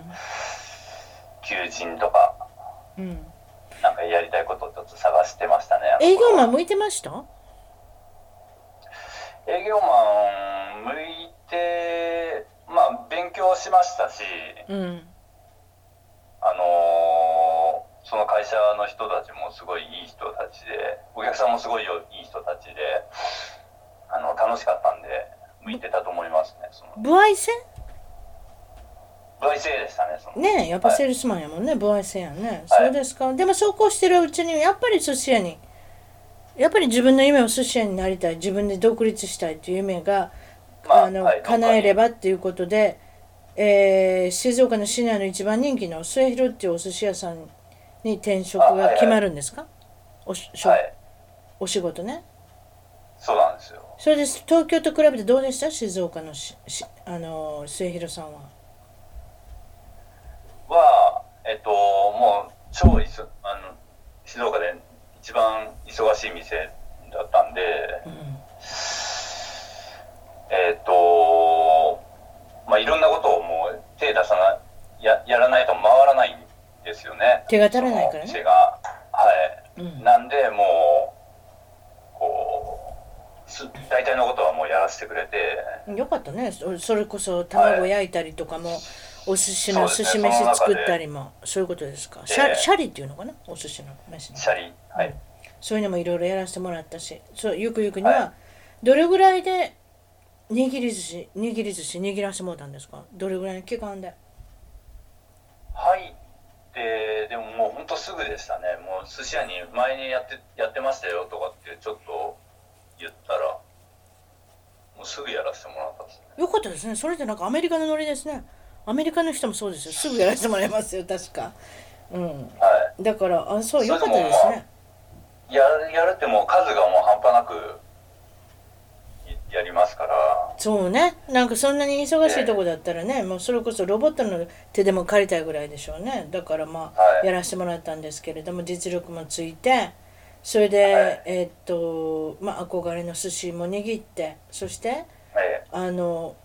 S2: 求人とか、
S1: うん
S2: なんかやりたいことをちょっと探してましたね。
S1: 営業マン向いてました
S2: 営業マン向いてまあ勉強しましたし
S1: うん
S2: あのーその会社の人たちもすごいいい人たちでお客さんもすごいよいい人たちであの楽しかったんで向いてたと思いますねその
S1: 歩合制
S2: 外生でしたねその
S1: ねえやっぱセールスマンやもんね、歩合制やんね、そうですかでもそうこうしてるうちにやっぱり寿司屋にやっぱり自分の夢を寿司屋になりたい自分で独立したいという夢が、
S2: まあ
S1: あの
S2: はい
S1: 叶えればっていうことで、えー静岡の市内の一番人気の末広っていうお寿司屋さんに転職
S2: あはい
S1: が
S2: はい
S1: 決まるんですか、おししょ
S2: はい
S1: お仕事ね
S2: そうなんですよ
S1: それで東京と比べてどうでした静岡のししあの末広さんは
S2: はえっともう超いそあの静岡で一番忙しい店だったんで、えっとまあいろんなことをもう手出さないややらないと回らないんですよね
S1: 手が足らないからね
S2: その店がはい、
S1: うん
S2: なんでもうこうす大体のことはもうやらせてくれて
S1: よかったねそそれこそ卵焼いたりとかも、お寿司の
S2: そ
S1: 寿司
S2: うですね
S1: 飯
S2: その中
S1: 作
S2: で
S1: ったりもそういうことですか、
S2: ええ
S1: シャシャリっていうのかなお寿司の飯の
S2: シャリはい
S1: そういうのもいろいろやらせてもらったしそうゆくゆくには、
S2: は
S1: どれぐらいで握り寿司握り寿司握らせてもらったんですかどれぐらいの期間で
S2: はいででももうほんとすぐでしたねもう寿司屋に前にやってやってましたよとかってちょっと言ったらもうすぐやらせてもらったんですね
S1: よかったですねそれってなんかアメリカのノリですねアメリカの人もそうですよすぐやらせてもらいますよ確かうん
S2: はい
S1: だからあそう
S2: そ
S1: よ
S2: れ
S1: か
S2: で
S1: った
S2: も
S1: ですね
S2: ややるってもう数がもう半端なくいやりますから
S1: そうねなんかそんなに忙しいとこだったらねもうそれこそロボットの手でも借りたいぐらいでしょうねだからまあ、
S2: はい
S1: やらせてもらったんですけれども実力もついてそれで、
S2: はい
S1: えーっとまあ憧れの寿司も握ってそして
S2: ええ
S1: あの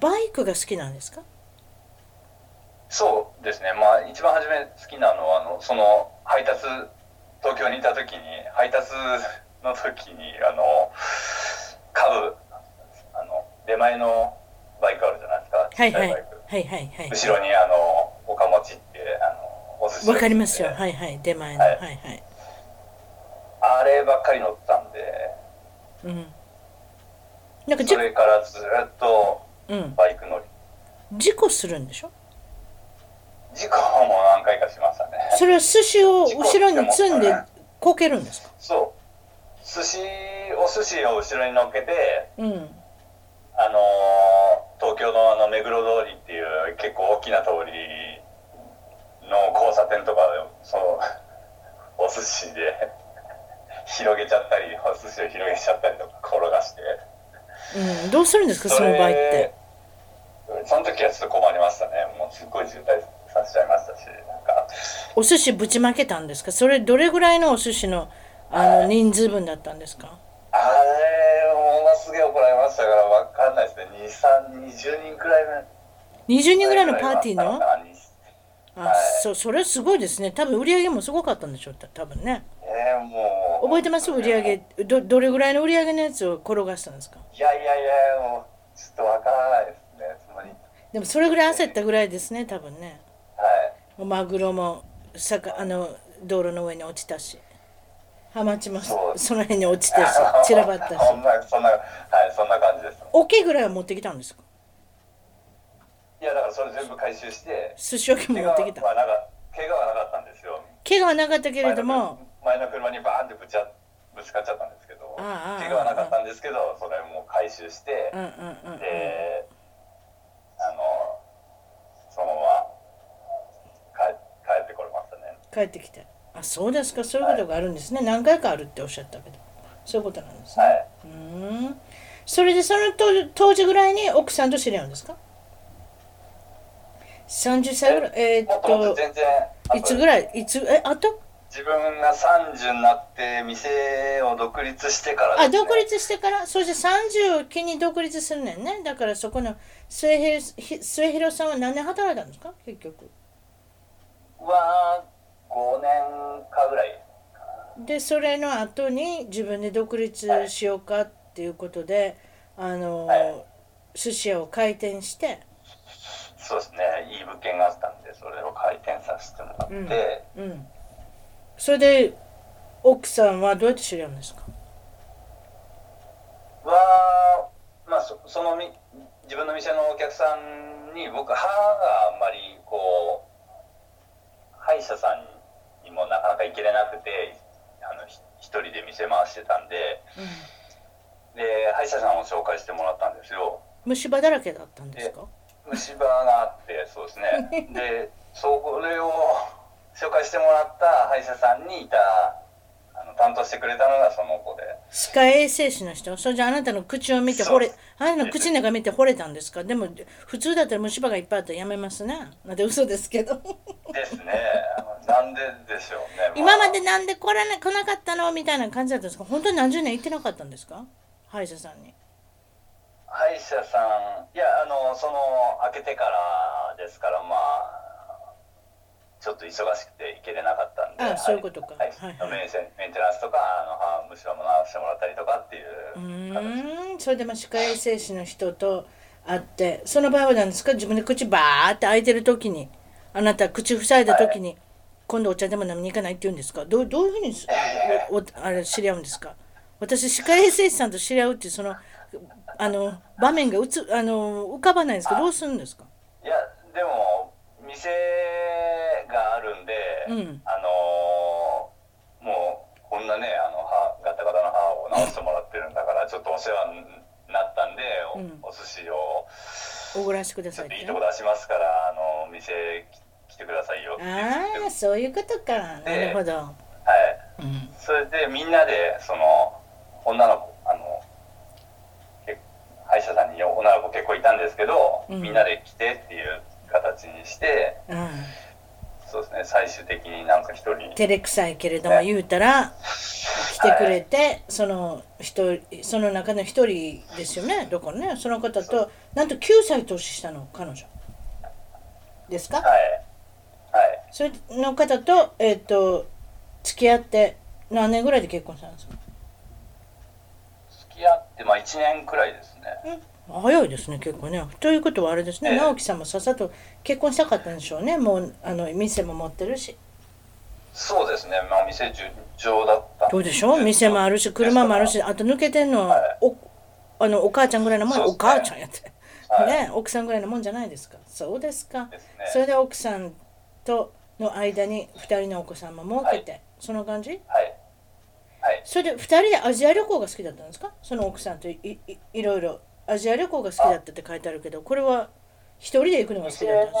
S1: バイクが好きなんですか
S2: そうですねまあ一番初め好きなのはあのその配達東京にいた時に配達の時にあのカブあの出前のバイクあるじゃないですか
S1: はい
S2: 小
S1: は
S2: さ
S1: い
S2: バイ
S1: はいはいはい
S2: ク後ろにあのおかもちってあのお寿司
S1: わかりますよ
S2: あ
S1: はいはい出前のは
S2: はいい
S1: はい
S2: ればっかり乗ってたんで
S1: うんなんかじ
S2: それからずっと
S1: うん
S2: バイク乗り
S1: 事故するんでしょ
S2: 事故も何回かしましたね
S1: それは寿司を後ろに積んでこけるんですか
S2: そう寿司お寿司を後ろに乗っけて
S1: うん
S2: あのー東京のあの目黒通りっていう結構大きな通りの交差点とかその お寿司で広げちゃったりお寿司を広げちゃったりとか転がして
S1: うん、どうするんですかその場合って。
S2: その時はちょっと困りましたねもうすっごい渋滞させちゃいましたしなんか
S1: お寿司ぶちまけたんですかそれどれぐらいのお寿司のあの人数分だったんですか
S2: あれものすげえ怒られましたからわかんないですね2320人くらいの
S1: 20人ぐらいのパーティーの
S2: あに
S1: あそそれすごいですね多分売り上げもすごかったんでしょうた多分ね
S2: えー、もう
S1: 覚えてます売り上げどどれぐらいの売り上げのやつを転がしたんですか
S2: いやいやいやもうちょっとわからないですねつまり
S1: でもそれぐらい焦ったぐらいですね多分ね
S2: はい
S1: マグロもさかあの道路の上に落ちたしハマチも
S2: そう
S1: その辺に落ちてし散らばったし
S2: ほんまそんなはいそんな感じです
S1: 大きいぐらいは持ってきたんですか
S2: いやだからそれ全部回収して
S1: 寿司置きも
S2: 怪
S1: 持
S2: 我
S1: っ
S2: は
S1: てきた
S2: まあなんか怪我はなかったんですよ
S1: 怪我はなかったけれども
S2: 前の車にバーンってぶちゃぶつかっちゃったんですけど
S1: ああああ
S2: 怪我はなかったんですけどそれもう回収して
S1: うんうんうんうん
S2: であのそのまま帰帰ってこれましたね
S1: 帰ってきてあそうですかそういうことがあるんですね何回かあるっておっしゃったけどそういうことなんですね、
S2: はいう
S1: ーんそれでその当当時ぐらいに奥さんと知り合うんですか30歳ぐらいえー
S2: もっともっと
S1: っ
S2: 全然
S1: といつぐらいいつえあと
S2: 自分が30になって店を独立してからです
S1: あ
S2: ね
S1: 独立してからそして30を機に独立するねんねだからそこの末広ひ末広さんは何年働いたんですか結局
S2: は5年かぐらい
S1: でそれの後に自分で独立しようかっていうことで、あの、
S2: はい
S1: 寿司屋を開店して、
S2: そうですねいい物件があったんでそれを回転させてもらって、
S1: うんうん、それで奥さんはどうやって知り合うんですか
S2: はまあそそのみ自分の店のお客さんに僕歯があんまりこう歯医者さんにもなかなか行けれなくてあのひ一人で店回してたんでで歯医者さんを紹介してもらったんですよ
S1: 虫歯だらけだったんですか
S2: 虫歯があってそうです ねでそれを紹介してもらった歯医者さんにいたあの担当してくれたのがその子で
S1: 歯科衛生士の人それじゃああなたの口を見て
S2: そう
S1: 惚れあなたの口の中見て惚れたんですかでも普通だったら虫歯がいっぱいあったらやめますねなんで嘘ですけど
S2: ですねなんででしょうね、
S1: 今までなんで来らな来なかったのみたいな感じだったんですか本当に何十年行ってなかったんですか歯医者さんに
S2: 歯医者さんいやあのその開けてからですからまあちょっと忙しくて行けれなかったんで
S1: あ
S2: は
S1: そういうことか
S2: はい
S1: はいはい
S2: メンセメンテナンスとかあの歯虫歯も直してもらったりとかっていうう形で
S1: ーんそれでも歯科衛生士の人と会ってその場合は何ですか自分で口バーって開いてる時にあなた口塞いだ時に、今度お茶でも飲みに行かないって言うんですかどうどういうふうにすおおあれ知り合うんですか私歯科衛生士さんと知り合うっていうそのあの場面がうつあの浮かばないんですけどどうするんですか
S2: いやでも店があるんで、
S1: うん
S2: あのーもうこんなねあの歯ガタガタの歯を直してもらってるんだからちょっとお世話になったんで、お
S1: うん
S2: お寿司を
S1: おごらしてくだ
S2: ち
S1: さい
S2: ょっ
S1: っ
S2: と
S1: て
S2: いいとこ出しますからあの店来てくださいよって言って
S1: ああそういうことかなるほど、
S2: は
S1: う
S2: い
S1: ん、
S2: それでみんなでその女の子あのけ歯医者さんに女の子結構いたんですけど、
S1: うん
S2: みんなで来てっていう形にして
S1: うん
S2: そうですね最終的になんか一人
S1: 照れくさいけれども言うたら来てくれて、その人その中の一人ですよねどこねその方となんと9歳年下の彼女ですか、
S2: はいはい
S1: それの方とえっ、と付き合って何年ぐらいで結婚したんですか、
S2: 付き合ってまあ1年くらいですね
S1: うん、早いですね結構ねということはあれですね、
S2: ええ
S1: 直樹さんもさっさと結婚したかったんでしょうねもうあの店も持ってるし
S2: そうですねまあ店順調だった
S1: どうでしょう店もあるし車もあるしあと抜けてんのはおあのお母ちゃんぐらいのもん
S2: そう
S1: お母ちゃんやって、
S2: はい
S1: ね奥さんぐらいのもんじゃないですかそうですか
S2: ですね
S1: それで奥さんとの間に2人のお子さんも設けて、その感じ
S2: はいはい
S1: それで2人でアジア旅行が好きだったんですかその奥さんといいいいろいろアジア旅行が好きだったって書いてあるけどこれは1人で行くのが好き
S2: 店
S1: だったんですか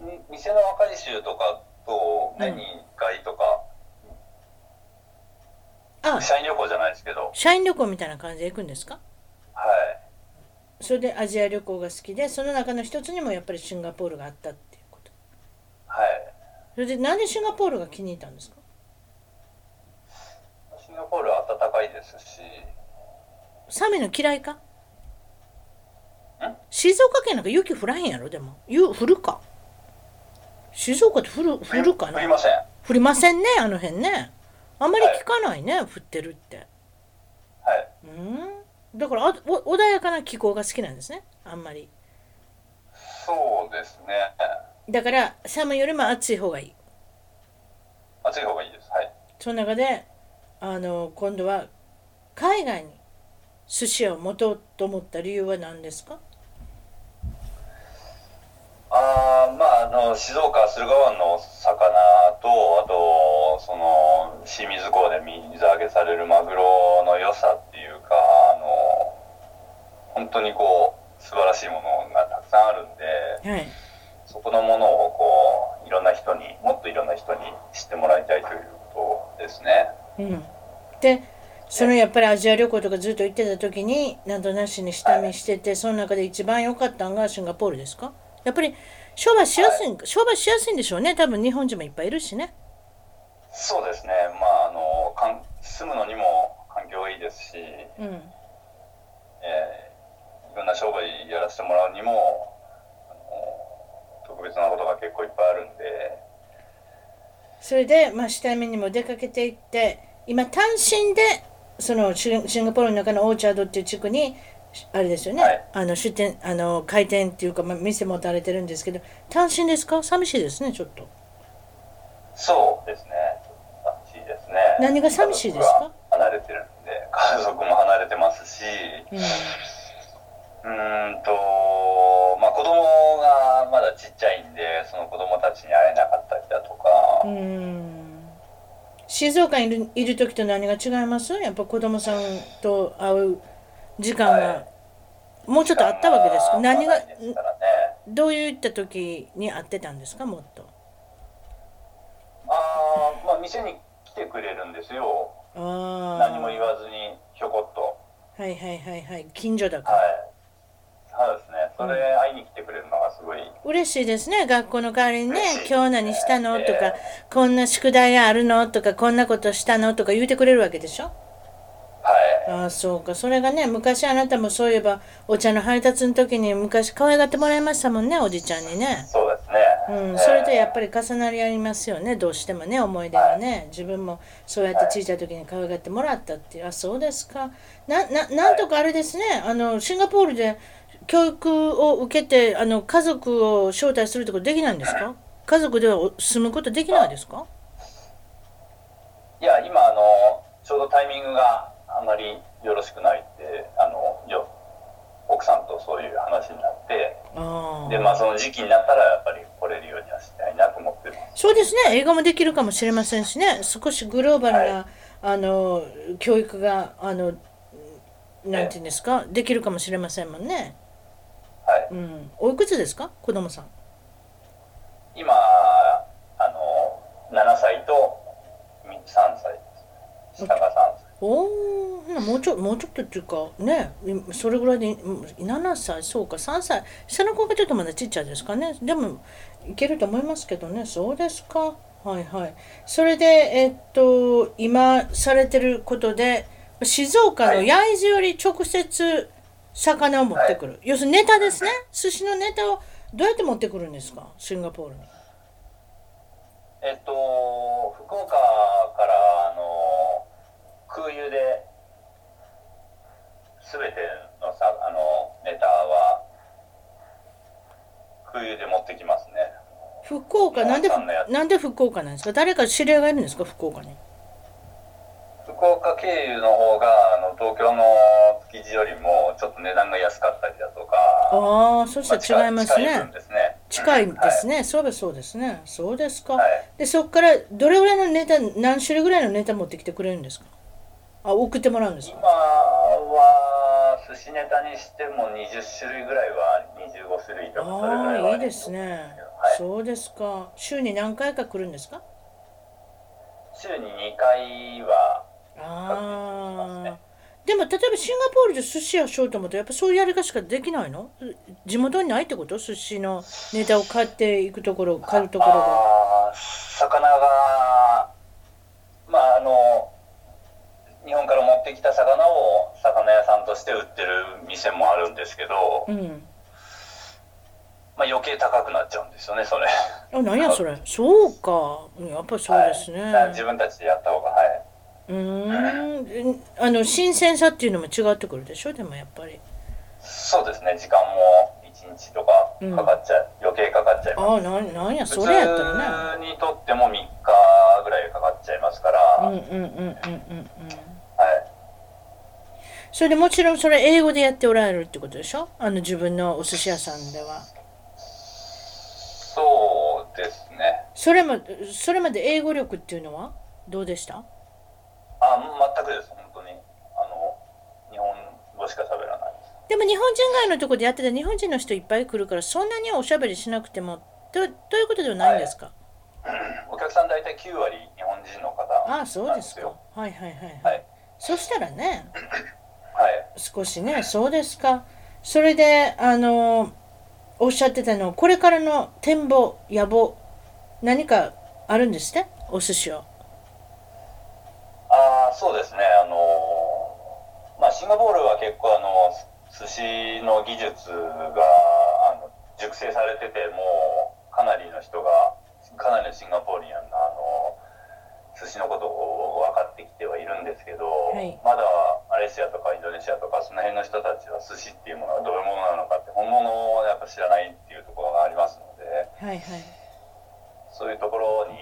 S2: のみ店の若い衆とかと年に1回とか、
S1: あ
S2: 社員旅行じゃないですけど
S1: 社員旅行みたいな感じで行くんですか
S2: はい
S1: それでアジア旅行が好きでその中の一つにもやっぱりシンガポールがあったっていうこと
S2: はい
S1: それでなんでシンガポールが気に入ったんですか
S2: シンガポールは暖かいですし
S1: 寒いの嫌いか静岡県なんか雪降らへんやろでもゆ降るか静岡って降る降るか
S2: 降
S1: な
S2: りませんは
S1: 降りませんねあの辺ねあんまり聞かないね、降ってるって
S2: い
S1: うんだからあお穏やかな気候が好きなんですねあんまり
S2: そうですね
S1: だから寒いよりも暑い方がいい
S2: 暑い方がいいですはい
S1: その中であの今度は海外に寿司屋を持とうと思った理由は何ですか
S2: あーまああの静岡駿河湾の魚とあとその清水港で水揚げされるマグロの良さっていうかあの本当にこう素晴らしいものがたくさんあるんで
S1: はい
S2: そこのものをこういろんな人にもっといろんな人に知ってもらいたいということですね
S1: うん、でそのやっぱりアジア旅行とかずっと行ってた時になんとなしに下見しててその中で一番良かったのがシンガポールですかやっぱり商売しやすいん、商売しやすいんでしょうね多分日本人もいっぱいいるしね
S2: そうですねまああのかん住むのにも環境がいいですし、え
S1: うん
S2: ーいろんな商売やらせてもらうにもあの特別なことが結構いっぱいあるんで
S1: それで、まあ、下見にも出かけていって今単身でそのシンシンガポールの中のオーチャードっていう地区にあれですよね、
S2: はい
S1: あの出店あの開店っていうか、まあ、店持たれてるんですけど単身ですか寂しいですねちょっと
S2: そうですね寂しいですね
S1: 何が寂しいですか
S2: 家族が離れてるんで家族も離れてますし
S1: うん
S2: うーんと、まあ、子供がまだちっちゃいんでその子供たちに会えなかったりだとか、
S1: うーん静岡にいるいる時と何が違いますやっぱ子供さんと会う時間
S2: は
S1: がもうちょっとあったわけですか何が
S2: 合わないですからね
S1: どういった時に会ってたんですかもっと
S2: あーまあ店に来てくれるんですよ
S1: ああ
S2: 何も言わずにひょこっと
S1: はいはいはいはい近所だから
S2: はいそうですねそれ会いに来てくれるのがすごい
S1: 嬉しいですね学校の代わりにね
S2: 嬉しいですね
S1: 今日何したの?」とか
S2: え
S1: 「こんな宿題があるの?」とか「こんなことしたの?」とか言うてくれるわけでしょ
S2: はい
S1: ああそうかそれがね昔あなたもそういえばお茶の配達の時に昔可愛がってもらいましたもんねおじちゃんにね
S2: そうですね、
S1: う
S2: え
S1: ん、
S2: ー
S1: それとやっぱり重なり合いますよねどうしてもね思い出がね自分もそうやって小さい時に可愛がってもらったっていうあそうですかなななんとかあれですねあのシンガポールで教育を受けてあの家族を招待するとかできないんですか家族ではお住むことできないですか
S2: いや今あのちょうどタイミングがあまりよろしくないってあのよ奥さんとそういう話になって
S1: あ
S2: で
S1: あ
S2: まあその時期になったらやっぱり来れるようにはしたいなと思ってる
S1: そうですね英語もできるかもしれませんしね少しグローバルな、あの教育があのなんていうんですかできるかもしれませんもんね、
S2: はい
S1: うん、おいくつですか子供さん
S2: 今あの7歳と3歳です下が3歳
S1: おーもうちょもうちょっとっていうかねいそれぐらいでうん7歳そうか3歳下の子がちょっとまだちっちゃいですかねでもいけると思いますけどねそうですかはいはいそれでえっと今されてることで静岡の
S2: はい
S1: 焼津より直接魚を持ってくる、要するにネタですね寿司のネタをどうやって持ってくるんですかシンガポールに
S2: えっと、福岡から、あの、空輸で、すべてのさ、あの、ネタは、空輸で持ってきますね。
S1: 福岡なんで
S2: そうなんだよ
S1: なんで福岡なんですか誰か知り合いがいるんですか福岡に
S2: 福岡経由の方が、あの、東京の築地よりも、ちょっと値段が安かったりだとか、
S1: ああ、そし
S2: まあ
S1: た
S2: 近
S1: ら違います
S2: 近い
S1: ね
S2: 分。ですね。
S1: 近い
S2: うん
S1: ですね。そうですそうですね。そうですか。
S2: はい
S1: で、そこからどれぐらいのネタ、何種類ぐらいのネタ持ってきてくれるんですか。あ、送ってもらうんです
S2: 今
S1: か。
S2: は、寿司ネタにしても20種類ぐらいは、25種類とか、それぐらい
S1: あ
S2: は
S1: あ、いいですね。そうですか。週に何回か来るんですか。
S2: 週に2回は、
S1: ああ。でも例えばシンガポールで寿司屋をしようと思ったらやっぱそういうやり方しかできないの地元にないってこと寿司のネタを買っていくところ買うところが。
S2: あー魚がまああの日本から持ってきた魚を魚屋さんとして売ってる店もあるんですけど、
S1: うん、
S2: まあ、余計高くなっちゃうんですよねそれ
S1: あなんやそれそうかうんやっぱりそうですね、
S2: はい自分たちでやった方がはいう
S1: ーんあの新鮮さっていうのも違ってくるでしょでもやっぱり
S2: そうですね時間も1日とかかかっちゃう、余計かかっちゃいます
S1: ああなんなんやそれやったらね
S2: 普通にとっても3日ぐらいかかっちゃいますから、
S1: うんう
S2: は
S1: ん
S2: い
S1: うんうんうんうんうんそれでもちろんそれ英語でやっておられるってことでしょあの自分のお寿司屋さんでは
S2: そうですね
S1: それもそれまで英語力っていうのはどうでした
S2: あ全くです本当にあの日本語しか喋らないです
S1: でも日本人街のとこでやってた日本人の人いっぱい来るからそんなにはおしゃべりしなくてもとということではないんですか、
S2: お客さん大体9割日本人の方
S1: ああそう
S2: なん
S1: で
S2: ですす
S1: か
S2: よ
S1: はいはいはい、
S2: はい
S1: そしたらね
S2: はい
S1: 少しねそうですかそれであのおっしゃってたのこれからの展望野望何かあるんですねお寿司を
S2: ああそうですねあのーまあシンガポールは結構あの寿司の技術があの熟成されててもうかなりの人がかなりのシンガポーリアンなあの寿司のことを分かってきてはいるんですけど、
S1: はい
S2: まだマレーシアとかインドネシアとかその辺の人たちは寿司っていうものがどういうものなのかって本物をやっぱ知らないっていうところがありますので。
S1: はいはい
S2: そういうところに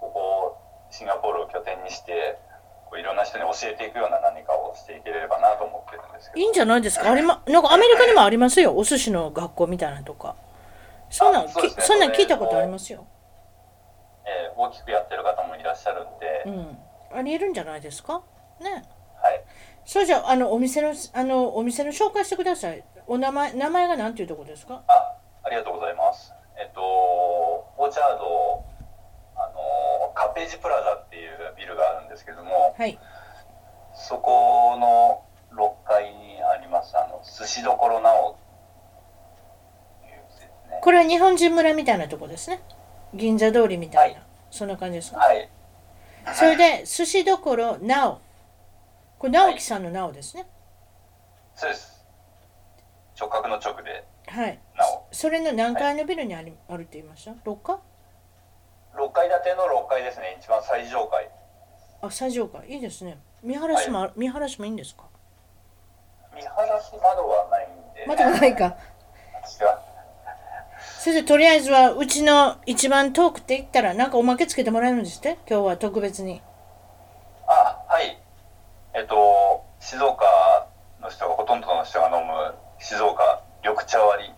S2: ここシンガポールを拠点にしてこういろんな人に教えていくような何かをしていければなと思ってるんですけ
S1: い
S2: ど
S1: いんじゃないですかありまなんかアメリカにもありますよお寿司の学校みたいなとかそんなん
S2: あそうで
S1: き
S2: すね
S1: そんなん聞いたことありますよ
S2: えー大きくやってる方もいらっしゃるんで、
S1: うんありえるんじゃないですかね
S2: はい、
S1: それじゃああのお店のあのお店の紹介してくださいお名前名前が何ていうとこですか
S2: あありがとうございますえっとオーチャードあのカページプラザっていうビルがあるんですけども
S1: はい
S2: そこの6階にありますあの寿司どころなおという店ですね
S1: これは日本人村みたいなとこですね銀座通りみたいな、
S2: は
S1: そんな感じですか
S2: はい
S1: それで寿司どころなおこれ直樹さんのなおですね
S2: そうです直角の直で
S1: はい
S2: なお
S1: それの何階のビルにあり,、あるって言いました6階
S2: 6階建ての6階ですね一番最上階
S1: あ最上階いいですね見晴らしもあ、見晴らしもいいんですか
S2: 見晴らし窓はないんで
S1: まだないか
S2: 私は
S1: それでとりあえずはうちの一番遠くって言ったらなんかおまけつけてもらえるんですって今日は特別に
S2: あはいえっと静岡の人がほとんどの人が飲む静岡緑茶割り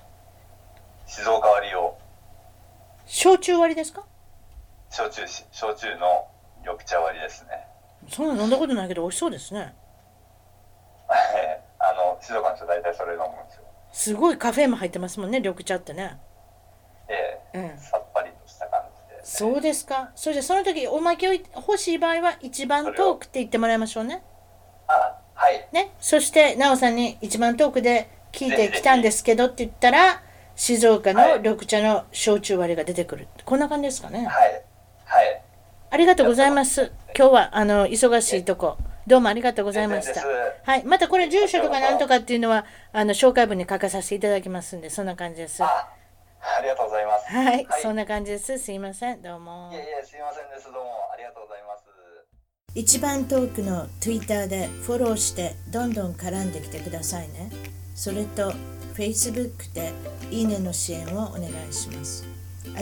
S2: 静岡割りを
S1: 焼酎割りですか
S2: 焼酎し焼酎の緑茶割りですね
S1: そんなの飲んだことないけど美味しそうですね
S2: あの静岡の人大体それ飲むんですよ
S1: すごいカフェインも入ってますもんね緑茶ってね
S2: ええ
S1: うん
S2: さっぱりとした感じで
S1: そうですか。それじゃあその時おまけを欲しい場合は一番トークって言ってもらいましょうね。
S2: あはい
S1: ね。そしてなおさんに一番トークで聞いてきたんですけどって言ったら静岡の緑茶の焼酎割りが出てくる。こんな感じですかね。
S2: はいはい
S1: ありがとうございます。今日はあの忙しいとこどうもありがとうございまし
S2: 全
S1: た
S2: 然です。
S1: はい。またこれ住所とかなんとかっていうのはあの紹介文に書かさせていただきますんでそんな感じです。は
S2: あありがとうございます
S1: い。そんな感じです。すいません。どうも
S2: いや。いや、すいませんです。どうもありがとうございます。
S1: 一番トークの Twitter でフォローしてどんどん絡んできてくださいねそれと Facebook でいいねの支援をお願いします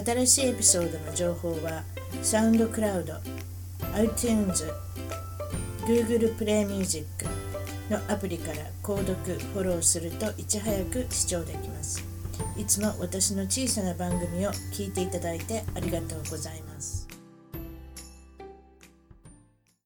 S1: 新しいエピソードの情報はサウンドクラウド iTunes Google プレイミュージックのアプリから購読フォローするといち早く視聴できますいつも私の小さな番組を聞いていただいてありがとうございます